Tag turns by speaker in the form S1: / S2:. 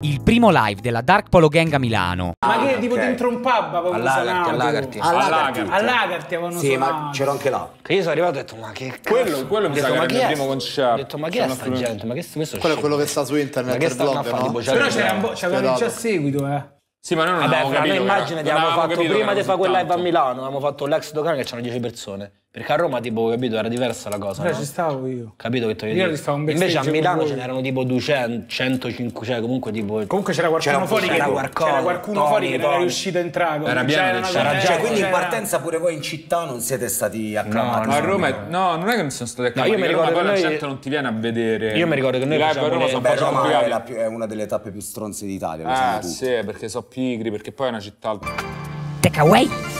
S1: Il primo live della Dark Polo Gang a Milano.
S2: Ma che
S3: Ah,
S2: tipo
S3: ok.
S2: dentro un pub avevano
S3: All'Agerti, all'Agerti.
S2: suonato? All'Agerti avevano
S3: Sì, ma
S2: suonato.
S3: c'ero anche là.
S4: Che io sono arrivato e ho detto, ma che cazzo?
S5: Quello- quello
S4: Ho
S5: mi sa
S4: detto,
S5: che
S4: "Ma
S5: era
S4: chi
S5: il
S4: è
S5: primo
S4: sta-"
S5: concerto.
S4: Ho detto, ma chi è
S5: Sono
S4: sta
S5: affluente.
S4: gente? Ma che questo
S6: Quello è quello che sta su
S4: Ma
S6: internet,
S4: che
S6: il
S4: stanno a
S6: blog,
S4: fare? Tipo,
S6: no?
S4: già
S2: Però
S4: li-
S2: c'era un, bo- c'avevano il
S6: Spietato.
S2: già seguito, eh.
S5: Sì, ma noi non
S4: Vabbè,
S5: avevamo
S4: fra noi
S5: capito.
S4: immagini
S5: che era-
S4: abbiamo
S5: non avevamo
S4: fatto
S5: capito
S4: prima
S5: che
S4: di
S5: era
S4: fare quel
S5: così
S4: live a
S5: tanto.
S4: Milano, abbiamo fatto l'ex Dogan che c'erano 10 persone. Perché a Roma, tipo, capito, era diversa la cosa.
S2: Però
S4: no?
S2: ci stavo io.
S4: Capito che ti voglio
S2: Io
S4: dire?
S2: li stavo un backstage
S4: Invece a
S2: con
S4: Milano
S2: voi.
S4: ce n'erano tipo 200, 105, cioè comunque tipo.
S2: Comunque c'era qualcuno
S3: un
S2: fuori che
S3: c'era
S4: qualcono,
S2: c'era qualcuno
S4: Tony,
S2: fuori che non era
S4: Tony.
S2: riuscito a entrare. C'era
S5: Era pieno di
S2: una
S5: gente.
S2: cosa-
S4: C'era
S3: Cioè,
S4: gente,
S3: quindi in
S2: c'era-
S3: partenza pure voi in città non siete stati acclamati.
S4: No,
S5: A Roma, è- no, non è che non sono state
S4: No, io mi
S5: acclamate, a Roma
S4: ricordo
S5: poi
S4: che
S5: la
S4: noi-
S5: gente non ti viene a vedere.
S4: Io mi ricordo che noi
S5: I live a
S4: facciamo
S5: Roma
S4: le-
S5: sono
S3: Beh,
S5: facendo
S3: Roma
S5: privati.
S3: è, la più- è una delle tappe più stronze d'Italia. lo
S5: Ah,
S3: sanno tutti.
S5: sì, perché so pigri, perché poi è una città.
S1: Takeaway